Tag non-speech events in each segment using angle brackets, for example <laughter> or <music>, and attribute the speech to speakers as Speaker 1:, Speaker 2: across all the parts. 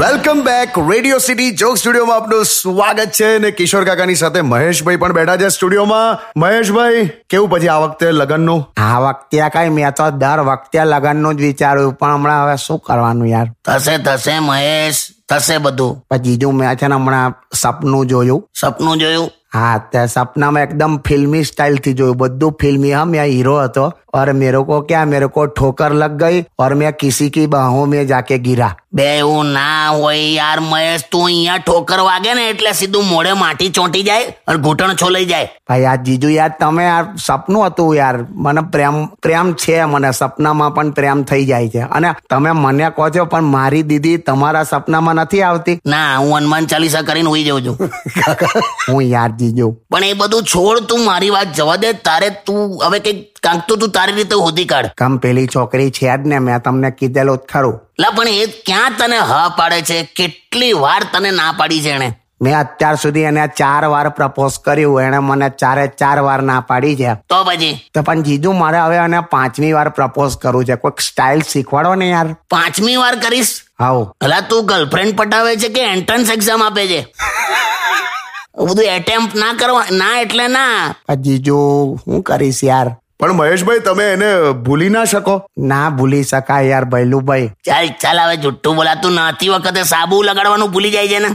Speaker 1: Welcome back radio city joke સ્ટુડિયોમાં આપનું સ્વાગત છે ને કિશોર કાકાની સાથે મહેશભાઈ પણ બેઠા છે સ્ટુડિયોમાં મહેશભાઈ કેવું પછી આ વખતે લગનનું
Speaker 2: આ વખતે કઈ મેં તો દર વખતે લગનનું જ વિચાર્યું પણ હમણાં હવે શું કરવાનું યાર
Speaker 3: થશે થશે મહેશ થશે બધું
Speaker 2: પણ જીજુ મેં છે ને હમણાં સપનું જોયું
Speaker 3: સપનું જોયું
Speaker 2: હા તે સપનામાં એકદમ ફિલ્મી સ્ટાઇલ થી જોયું બધું ફિલ્મી હા મેં હીરો હતો ઓર મેરે કો ક્યા મેરે કો ઠોકર લગ ગઈ ઓર મેં કિસી કી બાહો મેં જાકે ગિરા
Speaker 3: બે એવું ના હોય યાર મહેશ તું અહીંયા ઠોકર વાગે ને એટલે સીધું મોઢે માટી ચોંટી જાય અને ઘૂંટણ છોલાઈ જાય
Speaker 2: ભાઈ આ જીજુ યાર તમે આ સપનું હતું યાર મને પ્રેમ પ્રેમ છે મને સપનામાં પણ પ્રેમ થઈ જાય છે અને તમે મને કહો છો પણ મારી દીદી તમારા સપનામાં નથી આવતી <laughs>
Speaker 3: ના હું હનુમાન ચાલીસા કરીને ઉઈ જાઉં છું
Speaker 2: હું યાર જીજુ
Speaker 3: પણ એ બધું છોડ તું મારી વાત જવા દે તારે તું હવે કંઈક કાંક તો તું તારી રીતે હોધી કાઢ
Speaker 2: કમ પેલી છોકરી છે જ ને મેં તમને કીધેલું જ ખરું
Speaker 3: લા પણ એ ક્યાં તને હા પાડે છે કેટલી વાર તને ના પાડી છે એણે
Speaker 2: મેં અત્યાર સુધી એને ચાર વાર પ્રપોઝ કર્યું એણે મને ચારે ચાર વાર ના પાડી છે
Speaker 3: તો પછી
Speaker 2: તો પણ જીજુ મારે હવે એને પાંચમી વાર પ્રપોઝ કરવું છે કોઈક સ્ટાઇલ શીખવાડો ને યાર
Speaker 3: પાંચમી વાર કરીશ
Speaker 2: હાઉ
Speaker 3: અલા તું ગર્લફ્રેન્ડ પટાવે છે કે એન્ટ્રન્સ એક્ઝામ આપે છે આવું બધું એટેમ્પ ના કરવા ના એટલે ના
Speaker 2: પણ જીજુ હું કરીશ યાર
Speaker 1: પણ મહેશભાઈ તમે એને ભૂલી ના શકો
Speaker 2: ના ભૂલી શકાય યાર ભૈલુભાઈ
Speaker 3: ચાલ ચાલ હવે જુઠ્ઠું બોલાતું નાતી વખતે સાબુ લગાડવાનું ભૂલી જાય છે ને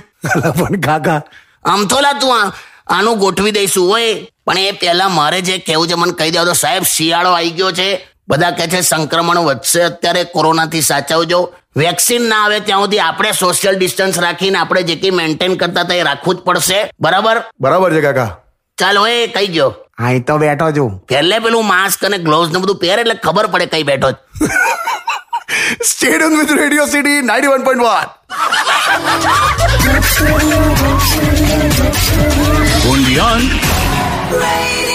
Speaker 2: પણ કાકા
Speaker 3: આમ તો લા તું આ- આનું ગોઠવી દઈશું હોય પણ એ પહેલા મારે જે કહેવું છે મને કહી દો તો સાહેબ શિયાળો આવી ગયો છે બધા કહે છે સંક્રમણ વધશે અત્યારે કોરોનાથી સાચવજો વેક્સિન ના આવે ત્યાં સુધી આપણે સોશિયલ ડિસ્ટન્સ રાખીને આપણે જે કંઈ મેન્ટેન કરતા હતા એ રાખવું જ પડશે બરાબર
Speaker 1: બરાબર છે કાકા
Speaker 3: ચાલ હોય કહી ગયો
Speaker 2: અહીં તો બેઠો છું
Speaker 3: પહેલે પેલું માસ્ક અને ગ્લોવ્સ ને બધું પહેર એટલે ખબર પડે કઈ બેઠો છે.
Speaker 1: Stadium with radio city ninety one point one
Speaker 4: Undian.
Speaker 5: Radio